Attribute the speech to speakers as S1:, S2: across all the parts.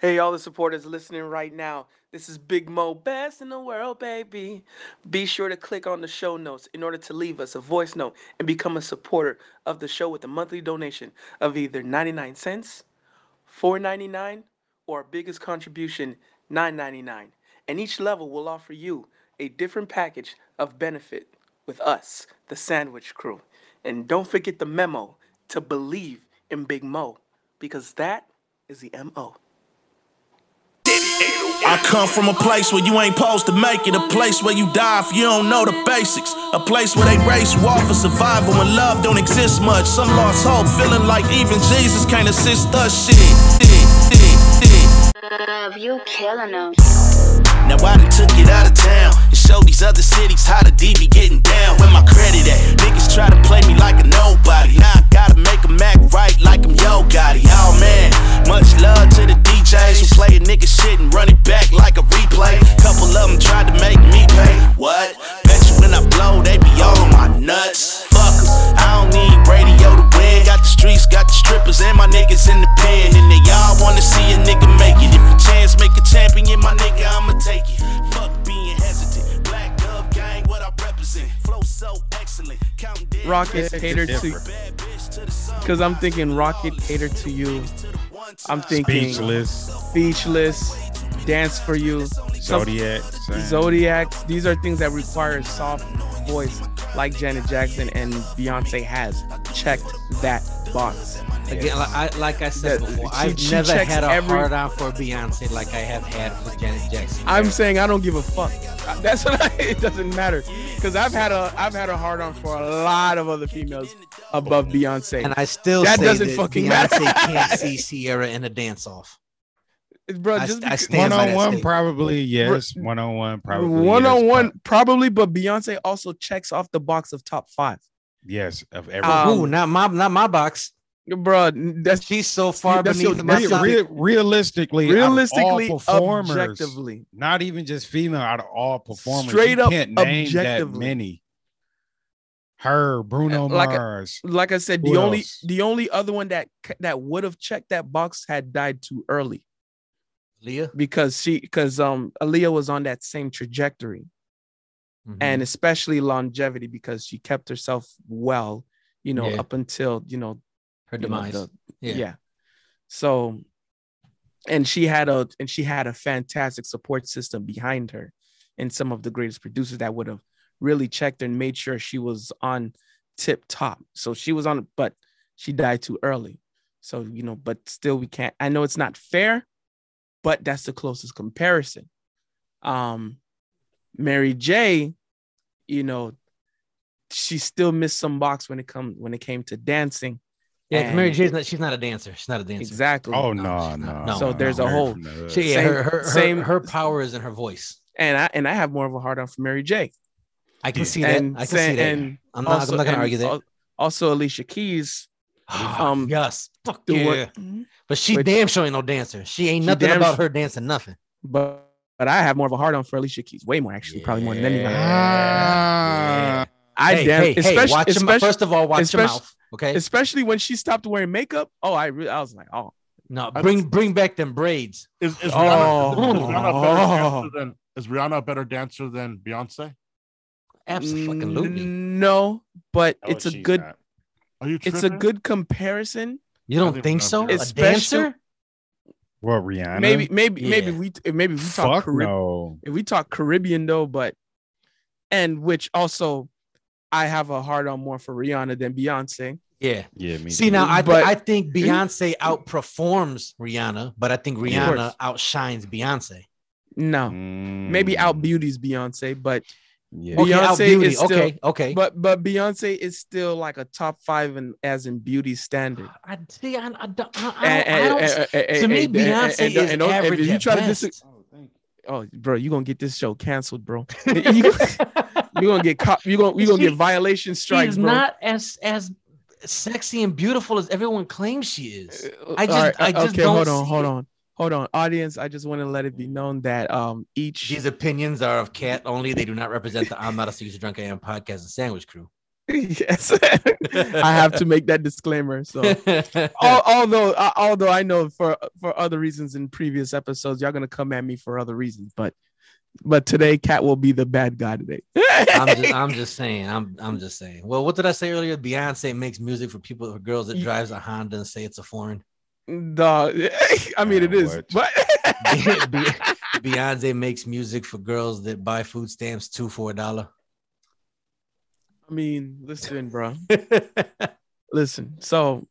S1: Hey, all the supporters listening right now. This is Big Mo, best in the world, baby. Be sure to click on the show notes in order to leave us a voice note and become a supporter of the show with a monthly donation of either 99 cents, 4.99, or our biggest contribution, 9.99. And each level will offer you a different package of benefit with us, the Sandwich Crew. And don't forget the memo to believe in Big Mo because that is the MO.
S2: I come from a place where you ain't supposed to make it. A place where you die if you don't know the basics. A place where they race you off for survival when love don't exist much. Some lost hope, feeling like even Jesus can't assist us. Shit, shit, shit, shit.
S3: Love, you killing 'em.
S2: Now I done took it out of town and showed these other cities how the D be getting down. Where my credit at? Niggas try to play me like a nobody. Now I gotta make 'em act right like I'm Yo Gotti. Oh man, much love to the DJs who play a nigga shit and run it back like a replay. Couple of 'em tried to make me pay. What? Bet you when I blow, they be all on my nuts. Fuck 'em. I don't need radio to win. Got the streets, got the strippers, and my niggas in the pen. And they all wanna see a nigga make it. If a chance make a champion, my nigga, I'ma take it. Fuck being hesitant. Black Dove gang, what I represent. Flow so excellent. Counting dead
S1: Rocket
S2: presidents.
S1: catered to
S4: different.
S2: Bad bitch to the
S1: because I'm
S2: sunrise.
S1: thinking Rocket catered to you.
S2: Niggas to the one
S1: I'm
S2: time.
S1: thinking
S4: Speechless,
S1: Speechless, Dance for You, some
S4: Zodiac, same.
S1: Zodiacs. These are things that require a soft voice like Janet Jackson and Beyonce has checked that box.
S5: Again, like I, like I said
S1: That
S5: before,
S1: she,
S5: I've
S1: she
S5: never
S1: checks
S5: had a
S1: every.
S5: hard on for Beyonce like I have had for Janet Jackson.
S1: I'm
S5: Ever.
S1: saying I don't give a fuck. That's what I, it doesn't matter because I've had a I've had a hard on for a lot of other females above Beyonce.
S5: and I still
S1: That
S5: say
S1: doesn't
S5: that
S1: fucking matter.
S5: Beyonce can't see Sierra in a dance off.
S1: Bro,
S5: I,
S1: just
S5: I
S1: because,
S5: stand
S4: One
S5: by
S4: on
S5: that
S4: one,
S5: statement.
S4: probably yes. One on one, probably
S1: one on one,
S4: yes,
S1: probably, but Beyonce also checks off the box of top five.
S4: but yes of
S1: Um,
S4: everything.
S5: Ooh, not my not my box.
S1: Bro, that's
S5: She's so far
S1: that's your-
S5: beneath my
S1: that's
S4: Re-
S1: your-
S5: son.
S4: re- realistically, out of
S1: realistically,
S4: all performers,
S1: objectively,
S4: not even just female, out of all performers,
S1: Straight
S4: you
S1: up
S4: can't name that
S1: objectively. Uh,
S4: many. Her, Bruno
S1: Like a-
S4: Mars,
S1: like I said,
S4: Who
S1: the only
S4: else?
S1: the only other one that c- that would have checked that box had died too early
S5: Leah.
S1: because she because um Aaliyah was on that same trajectory
S5: Mm-hmm.
S4: Mm-hmm.
S1: and especially longevity because she kept herself well, you know,
S5: Yeah.
S1: up until you know
S5: her
S1: you know,
S5: demise.
S1: the-
S5: yeah.
S1: yeah. So and she had a and she had a fantastic support system behind her and some of the greatest producers that would have really checked her and made sure she was on tip top. So she was on but she died too early. So you know, but still we can't I know it's not fair, but that's the closest comparison. Um Mary J, you know, she still missed some box when it come when it came to dancing.
S5: Yeah, 'cause Mary
S1: And-
S5: J's not. She's not a dancer. She's not a dancer.
S1: Exactly.
S4: Oh
S5: No,
S4: no,
S5: she's
S4: no.
S5: not. No,
S1: So
S4: no,
S1: there's a
S4: no.
S1: whole-
S4: From the hood.
S5: She, yeah,
S1: Same-
S5: her, her, her,
S1: same-
S5: her power is in her voice.
S1: and I and I have more of a hard on for Mary J.
S5: I can
S4: Yeah.
S5: see that.
S1: And
S5: I can
S1: sa-
S5: see that.
S1: and
S5: I'm not.
S1: also
S5: I'm not gonna
S1: and
S5: argue that.
S1: al- also Alicia Keys um,
S5: um, yes. Fuck
S1: do
S5: yeah.
S1: what,
S5: But she
S1: Which-
S5: damn sure ain't no dancer. She ain't
S1: She
S5: nothing
S1: damn
S5: about
S1: sure-
S5: her dancing nothing.
S1: but but I have more of a hard on for Alicia Keys. Way more actually, probably more than anyone.
S5: Yeah.
S4: Ah.
S1: I
S5: hey,
S1: damn
S5: hey, hey,
S1: especially
S5: watch your mouth.
S1: especially,
S5: First of all, watch your
S1: especially-
S5: mouth. Okay.
S1: especially when she stopped wearing makeup. Oh, I really I was like, oh,
S5: No,
S6: I-
S5: bring bring back them braids.
S6: Is, is,
S1: Oh.
S6: Rihanna, is, Rihanna a better
S7: Oh.
S6: dancer than, is Rihanna a better dancer than Beyonce?
S5: Absolutely.
S1: "N- no, but
S4: No,
S1: it's a
S4: Oh, she's
S1: good
S4: not.
S6: Are you tripping?
S1: it's a good comparison.
S5: You
S6: I
S5: don't
S6: think
S5: think
S6: we're
S5: so?
S6: not there.
S5: A
S1: Especially-
S5: dancer?
S4: Well, Rihanna.
S1: Maybe maybe maybe
S5: Yeah.
S1: we if maybe we talk
S4: Fuck
S1: Carib-
S4: no.
S1: if we talk Caribbean though, but and which also I have a hard on more for Rihanna than Beyonce.
S5: Yeah.
S4: Yeah, me.
S5: See now, I th-
S1: But-
S5: I think Beyonce outperforms Rihanna, but I think
S1: Yeah. Of course.
S5: Rihanna outshines Beyonce.
S1: No,
S4: Mm.
S1: maybe out beauty's Beyonce, but
S4: Yeah.
S5: Okay, out
S1: Beyonce
S5: beauty.
S1: is still-
S5: okay, okay.
S1: but but Beyonce is still like a top five and as in beauty standard.
S5: I see. I, I don't. I,
S1: And-
S5: I
S1: and-
S5: don't, I
S1: and-
S5: don't
S1: and-
S5: to me,
S1: and- and-
S5: Beyonce
S1: eh, and- and-
S5: is
S1: and don't-
S5: average
S1: If you
S5: at
S1: try to
S5: best.
S1: dis- oh, bro, you gonna get this show canceled, bro. you you gonna get caught. You gonna you gonna get
S5: She-
S1: violation strikes,
S5: She's
S1: bro.
S5: not as as sexy and beautiful as everyone claims she is.
S1: Uh, all
S5: I just- I
S1: uh,
S5: just
S1: okay.
S5: don't
S1: Hold on,
S5: see
S1: hold
S5: it.
S1: on, hold on, audience. I just want to let it be known that um each
S5: These opinions are of cat only. They do not represent the I'm Not a Serious Drunk I Am podcast and sandwich crew.
S7: yes, I have to make that disclaimer. So, Al-
S5: oh,
S7: although uh, although I know for for other reasons in previous episodes, y'all gonna come at me for other reasons, but but today Cat will be the bad guy today.
S5: I'm, just, I'm just saying. I'm I'm just saying. Well, what did I say earlier? Beyonce makes music for people for girls that drives a Honda and say it's a foreign.
S7: Dog, I mean it
S4: Yeah,
S7: is,
S4: what?
S7: but
S5: Be- Beyonce makes music for girls that buy food stamps two for a dollar.
S7: I mean, listen, bro. listen so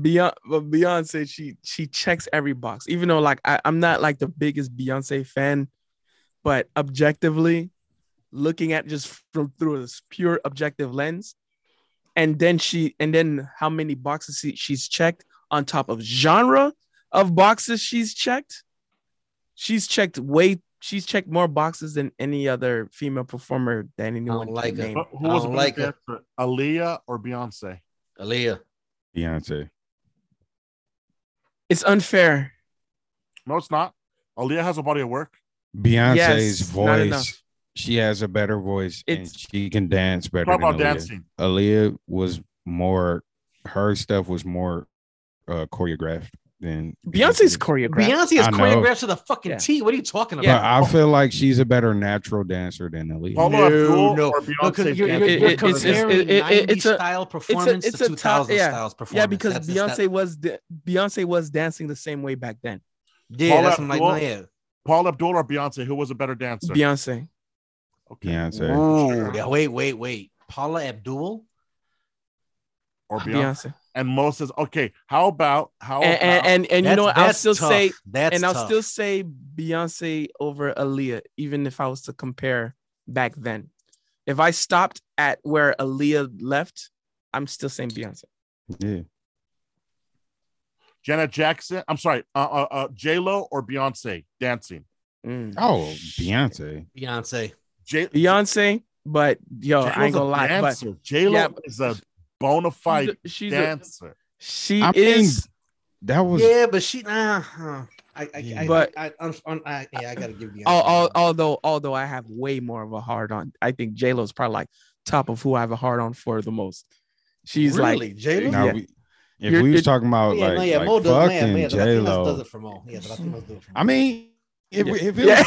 S7: beyond beyonce she she checks every box even though like I, i'm not like the biggest beyonce fan but objectively looking at just from through this pure objective lens and then she and then how many boxes she, she's checked on top of genre of boxes she's checked she's checked way she's checked more boxes than any other female performer than anyone can
S5: like her.
S7: name.
S6: But who
S5: I
S6: was
S5: don't
S6: better
S5: like
S6: dancer, Aaliyah or Beyonce?
S5: Aaliyah.
S4: Beyonce.
S7: it's unfair
S6: No, it's not. Aaliyah has a body of work.
S4: Beyonce's
S7: Yes, not enough.
S4: voice. She has a better voice and
S7: It's-
S4: she can dance better.
S6: Talk
S4: Than
S6: about
S4: Aaliyah.
S6: dancing.
S4: Aaliyah was more. Her stuff was more uh, choreographed than
S7: beyonce's
S4: Beyonce's.
S7: choreographed
S5: Beyonce is
S4: I know.
S5: choreographed to the fucking
S7: Yeah.
S5: T. What are you talking
S4: But
S5: about?
S4: I feel like she's a better natural dancer than Aaliyah.
S6: Paula
S7: No,
S6: Abdul
S5: no.
S6: or
S5: No, 'cause
S6: Beyonce
S5: you're, you're,
S6: dancing?
S7: it-
S5: you're
S7: it- it's- it's-
S5: comparing
S7: it- it-
S5: 90s
S7: it's a-
S5: style performance
S7: it's a
S5: to
S7: top-
S5: 2000
S7: yeah.
S5: styles performance.
S7: Yeah, because
S5: That's-
S7: Beyonce
S5: it's that-
S7: was da- Beyonce was dancing the same way back then.
S5: yeah, that's what I'm like,
S6: Paula
S5: no, yeah.
S6: Paula Abdul or Beyonce? Who was a better dancer?
S7: Beyonce.
S6: Okay.
S4: Beyonce.
S5: Ooh, yeah, wait, wait, wait. Paula Abdul?
S6: Or Beyonce.
S7: Beyonce.
S6: And Mo says, okay, how about how
S7: And and
S6: about-
S7: and, and you
S5: That's-
S7: know what? I'll
S5: Oh, that's
S7: still
S5: tough.
S7: say
S5: that's
S7: and I'll
S5: tough.
S7: still say Beyonce over Aaliyah, even if I was to compare back then. If I stopped at where Aaliyah left, I'm still saying Beyonce.
S4: Yeah.
S6: Janet Jackson? I'm sorry, uh, uh, uh, J Lo or Beyonce dancing?
S7: Mm.
S4: Oh, Beyonce.
S5: Beyonce.
S6: J
S7: Beyonce, but yo, I ain't gonna lie,
S6: J Lo
S7: Yeah,
S6: is a bona
S7: but she's
S6: fide
S7: a- she's a,
S6: dancer.
S7: she
S4: I mean,
S7: is
S4: That was
S5: Yeah, but she nah. huh. I, I, I,
S7: Hmm. But-
S5: I, I, I, I, yeah, I gotta give Beyonce.
S7: Al- al-
S5: that.
S7: although although I have way more of a hard on. I think J Lo's probably like top of who I have a hard on for the most. She's
S5: really?
S7: like
S5: J-Lo?
S4: Now
S7: Yeah.
S4: we, if
S7: You're-
S4: we
S7: you're-
S4: was talking about
S5: yeah,
S4: like,
S5: no, yeah,
S4: like
S5: Mo does,
S4: fucking
S5: man, man, the
S4: J
S5: Latinas does
S4: Lo,
S5: it for Mo. Yeah, the Latinos do it for Mo.
S4: I mean, if we- if it
S7: yeah.
S4: was,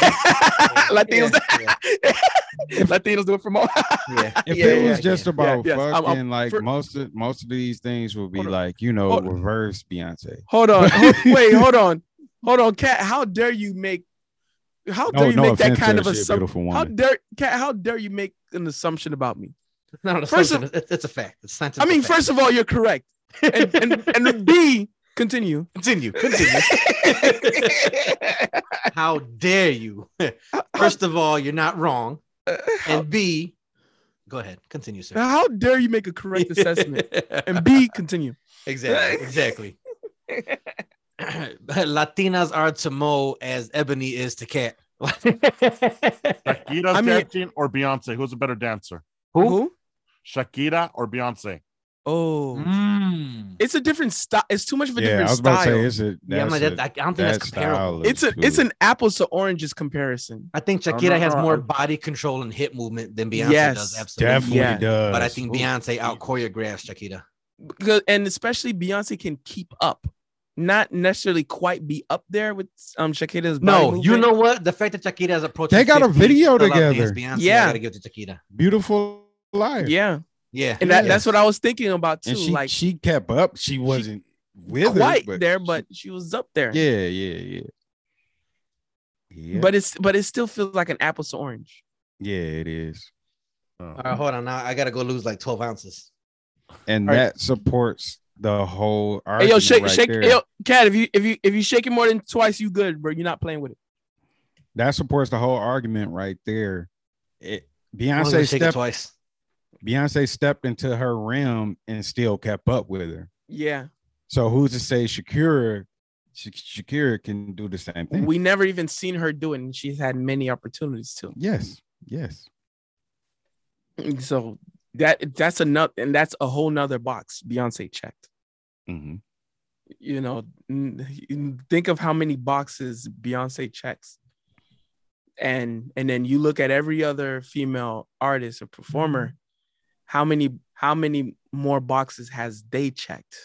S7: Latinos.
S5: Yeah,
S7: Latinos do it for more.
S5: yeah,
S4: if
S5: yeah,
S4: it
S5: yeah,
S4: was just
S5: yeah.
S4: about
S7: yes, I'm- I'm-
S4: fucking, like
S7: for-
S4: most of most of these things would be
S7: Hold on.
S4: like you know
S7: Hold on.
S4: reverse Beyonce.
S7: Hold on. Hold- wait, hold on. Hold on, Cat. How dare you make how dare
S4: No,
S7: you
S4: no
S7: make that
S4: offense,
S7: kind
S4: kind
S7: of
S4: a
S7: assumption?
S4: beautiful
S7: How
S4: woman.
S7: dare Cat, how dare you make an assumption about me?
S5: It's not an
S7: First
S5: assumption. It's, it's a fact. It's scientific.
S7: I mean,
S5: fact.
S7: first of all, you're correct. And and, and B, continue.
S5: continue, continue. How dare you? First of all, you're not wrong, and B, go ahead, continue, sir.
S7: How dare you make a correct assessment? And B, continue.
S5: Exactly. Exactly. Latinas are to Mo as ebony is to cat.
S6: Shakira
S7: I mean-
S6: dancing or Beyonce? Who's a better dancer?
S7: Who?
S6: Shakira or Beyonce?
S7: Oh.
S4: Mm.
S7: It's a different style. It's too much of a
S4: Yeah, I
S7: different
S4: was about to
S7: style.
S4: say it's a
S5: yeah, I'm
S4: that's
S5: like,
S4: a-
S5: that, I I don't think that's
S4: that
S5: comparable.
S4: style.
S7: it's a
S4: is
S7: it's
S4: too-
S7: an apples to oranges comparison.
S5: I think
S7: no,
S5: Shakira has
S7: no,
S5: more
S7: I-
S5: body control and hip movement than Beyonce does.
S7: Yes,
S5: Absolutely.
S4: definitely
S7: Yeah.
S4: does.
S5: But I think
S4: Ooh.
S5: Beyonce out choreographs Shakira.
S7: Because, and especially Beyonce can keep up, not necessarily quite be up there with um Shakira's. body
S5: No, you
S7: movement.
S5: know what? The fact that Shakira's approaching
S4: They got a
S5: 50
S4: video
S5: still outdance
S4: together.
S5: Beyonce, yeah,
S7: Yeah.
S5: I gotta give it to Shakira.
S4: beautiful liar.
S7: Yeah,
S5: Yeah,
S7: and that,
S4: Yeah.
S7: that's what I was thinking about too.
S4: and she
S7: like
S4: she kept up. She wasn't with
S7: quite
S4: her, but
S7: there,
S4: she-
S7: but she was up there.
S4: yeah, yeah, yeah. Yeah,
S7: But it's but it still feels like an apples to orange.
S4: yeah, it is.
S5: All right, hold on. Now I gotta go lose like 12 ounces.
S4: and
S7: All right.
S4: that supports the whole
S7: Hey,
S4: argument
S7: yo, shake
S4: right
S7: shake
S4: there.
S7: hey, yo, cat. If you if you if you shake it more than twice, you good, bro. You're not playing with it.
S4: that supports the whole argument right there. It,
S5: I'm gonna
S4: Beyonce
S5: shake it
S4: stepped
S5: twice.
S4: Beyonce stepped into her realm and still kept up with her.
S7: Yeah,
S4: So who's to say Shakira Sha- Shakira can do the same thing?
S7: we never even seen her do it, and she's had many opportunities to.
S4: yes, yes. Mm-hmm.
S7: So that that's enough, and that's a whole nother box Beyonce checked.
S4: Mhm.
S7: You know, n- think of how many boxes Beyonce checks,
S4: Mm-hmm.
S7: and and then you look at every other female artist or performer, how many how many more boxes has they checked?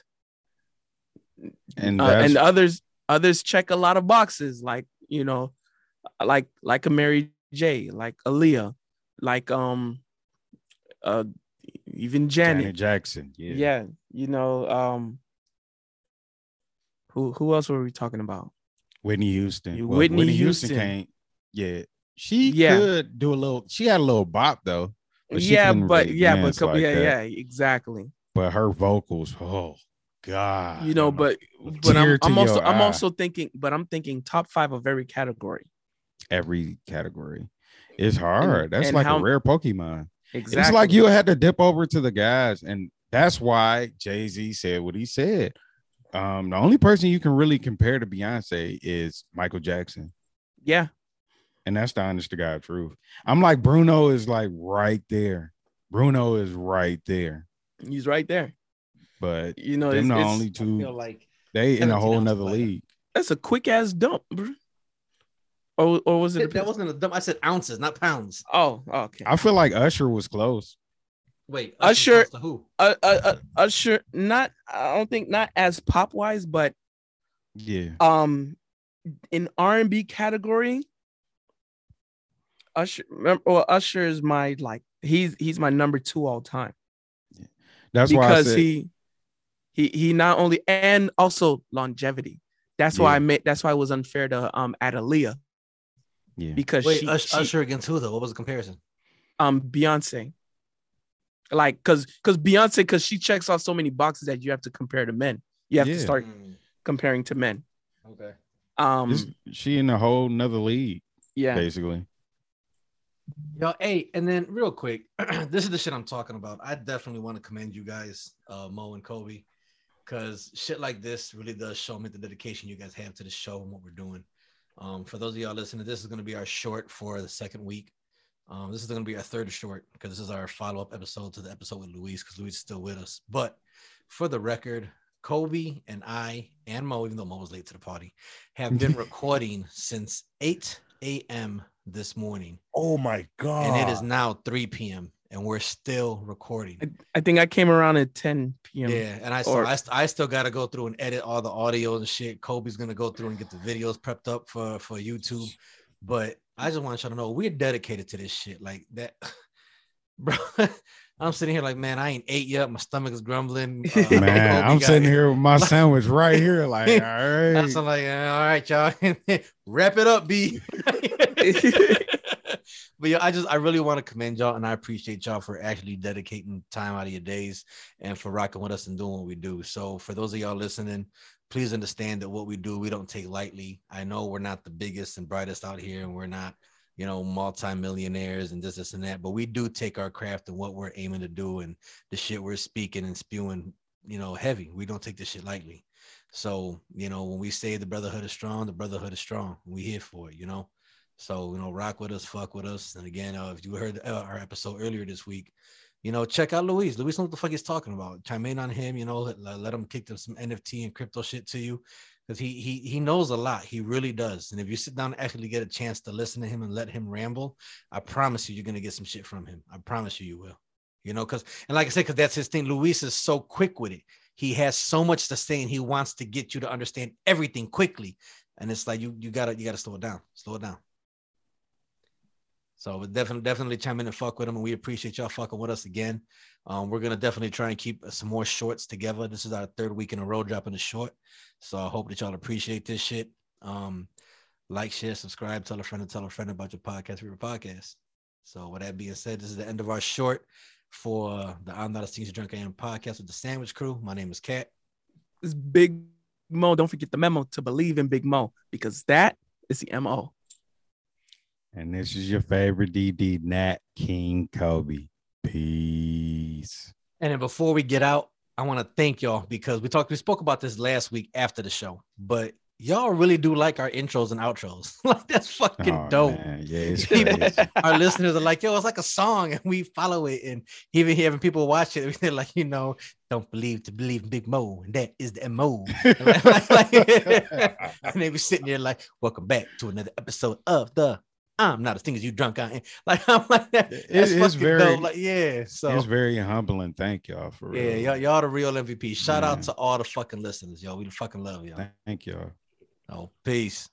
S4: And
S7: Uh,
S4: that's
S7: and others others check a lot of boxes, like you know, like like a Mary J, like Aaliyah, like um, uh, even Janet.
S4: Janet Jackson. Yeah.
S7: yeah. you know um who who else were we talking about
S4: Whitney Houston.
S7: You-
S4: Well,
S7: Whitney
S4: Whitney, Houston.
S7: Houston.
S4: can't. Yeah. She
S7: Yeah.
S4: could do a little. She had a little bop though. But she
S7: yeah
S4: couldn't
S7: but
S4: really
S7: yeah but
S4: dance
S7: couple,
S4: like
S7: yeah
S4: that.
S7: yeah exactly
S4: But her vocals. Oh God.
S7: you know
S4: man.
S7: but
S4: a
S7: but
S4: tear
S7: i'm,
S4: to
S7: I'm also
S4: your
S7: i'm
S4: eye.
S7: also thinking but i'm thinking top five of every category
S4: every category. It's hard. that's
S7: and
S4: like
S7: how-
S4: a rare Pokemon.
S7: exactly
S4: It's like you had to dip over to the guys, and that's why Jay Z said what he said. Um, the only person you can really compare to Beyonce is Michael Jackson,
S7: yeah
S4: and that's the honest to God truth. I'm like Bruno is like right there. Bruno is right there,
S7: he's right there
S4: but
S7: you know
S4: them
S7: it's,
S4: the
S7: it's-
S4: only
S5: I feel
S4: two
S5: like
S4: they in a
S5: 17
S4: whole
S5: ounce
S4: nother
S5: player.
S4: league.
S7: that's a quick ass dump bro. or, or was it a
S5: that
S7: piss?
S5: wasn't a dump. I said ounces, not pounds.
S7: oh okay
S4: I feel like Usher was close.
S5: Wait,
S7: Usher-
S5: close to who?
S7: uh, uh, uh, usher not i don't think not as pop wise but
S4: Yeah,
S7: um in R&B category Usher remember, well Usher is my like he's he's my number 2 all time
S4: that's why I
S7: because
S4: said,
S7: he he he not only and also longevity. That's why
S4: Yeah.
S7: I made that's why it was unfair to um Adalia
S4: yeah.
S7: because
S5: Wait, uh,
S7: she,
S5: Ush-
S7: she-
S5: Usher against who though? What was the comparison?
S7: um Beyonce like cuz cuz Beyonce cuz she checks off so many boxes that you have to compare to men. You have to
S4: Yeah.
S7: start
S5: Mm,
S7: comparing to men.
S5: okay.
S7: Um
S4: This- she in a whole nother league
S7: yeah.
S4: basically.
S5: Yo, hey, and then real quick, this is the shit I'm talking about. I definitely want to commend you guys, uh, Mo and Kobe, because shit like this really does show me the dedication you guys have to the show and what we're doing. Um, for those of y'all listening, this is going to be our short for the second week. Um, this is going to be our third short because this is our follow up episode to the episode with Luis because Luis is still with us. But for the record, Kobe and I and Mo, even though Mo was late to the party, have been recording since 8 a.m. this morning
S6: Oh my god!
S5: and it is now 3 p.m. and we're still recording.
S7: I think I came around at 10 p.m.
S5: Yeah, and I so
S7: Or-
S5: I, st- I still got to go through and edit all the audio and shit. Kobe's gonna go through and get the videos prepped up for for YouTube, but I just want y'all to know we're dedicated to this shit. Like that, bro. I'm sitting here like, man, I ain't ate yet. My stomach is grumbling. Uh,
S4: Man,
S5: Kobe
S4: I'm
S5: got-
S4: sitting here with my sandwich right here, like, all right.
S5: That's like, uh, all right, y'all, wrap it up, B. but yeah, I just, I really want to commend y'all, and I appreciate y'all for actually dedicating time out of your days and for rocking with us and doing what we do. So, for those of y'all listening, please understand that what we do, we don't take lightly. I know we're not the biggest and brightest out here, and we're not, you know, multimillionaires and this, this, and that, but we do take our craft and what we're aiming to do and the shit we're speaking and spewing, you know, heavy. We don't take this shit lightly. So, you know, when we say the brotherhood is strong, the brotherhood is strong. We here for it, you know. So, you know, rock with us, fuck with us. And again, uh, if you heard uh, our episode earlier this week, you know, check out Luis. Luis, know what the fuck he's talking about. Chime in on him, you know, let, let- let him kick them some NFT and crypto shit to you. Because he he he knows a lot. He really does. And if you sit down and actually get a chance to listen to him and let him ramble, I promise you you're gonna get some shit from him. I promise you you will. You know, because and like I said, because that's his thing. Luis is so quick with it he has so much to say and he wants to get you to understand everything quickly and it's like you you gotta you gotta slow it down slow it down so but definitely definitely chime in and fuck with him and we appreciate y'all fucking with us again um, we're gonna definitely try and keep some more shorts together this is our third week in a row dropping a short so i hope that y'all appreciate this shit um, like share subscribe tell a friend and tell a friend about your podcast favorite podcast so with that being said this is the end of our short for the I'm Not a Senior Drunk I Am podcast with the Sandwich Crew. My name is Kat.
S7: It's Big Mo. Don't forget the memo to believe in Big Mo because that is the MO.
S4: And this is your favorite DD, Nat King Kobe. Peace.
S5: And then before we get out, I want to thank y'all because we talked, we spoke about this last week after the show, but y'all really do like our intros and outros. like that's fucking
S4: Oh,
S5: dope.
S4: man. Yeah, it's crazy.
S5: Our listeners are like, yo, it's like a song, and we follow it. And even having people watch it, they're like, you know, don't believe to believe in Big Mo, and that is the mo. and they be sitting there like, welcome back to another episode of the I'm not as thing as you drunk I am. Like I'm like that.
S4: It-
S5: that's
S4: it's
S5: fucking
S4: very-
S5: dope. Like yeah. So
S4: It's very humbling. Thank y'all for real.
S5: yeah, y'all, y'all the real MVP. Shout
S4: Yeah.
S5: out to all the fucking listeners, yo. We fucking love y'all.
S4: Thank y'all.
S5: Oh, peace.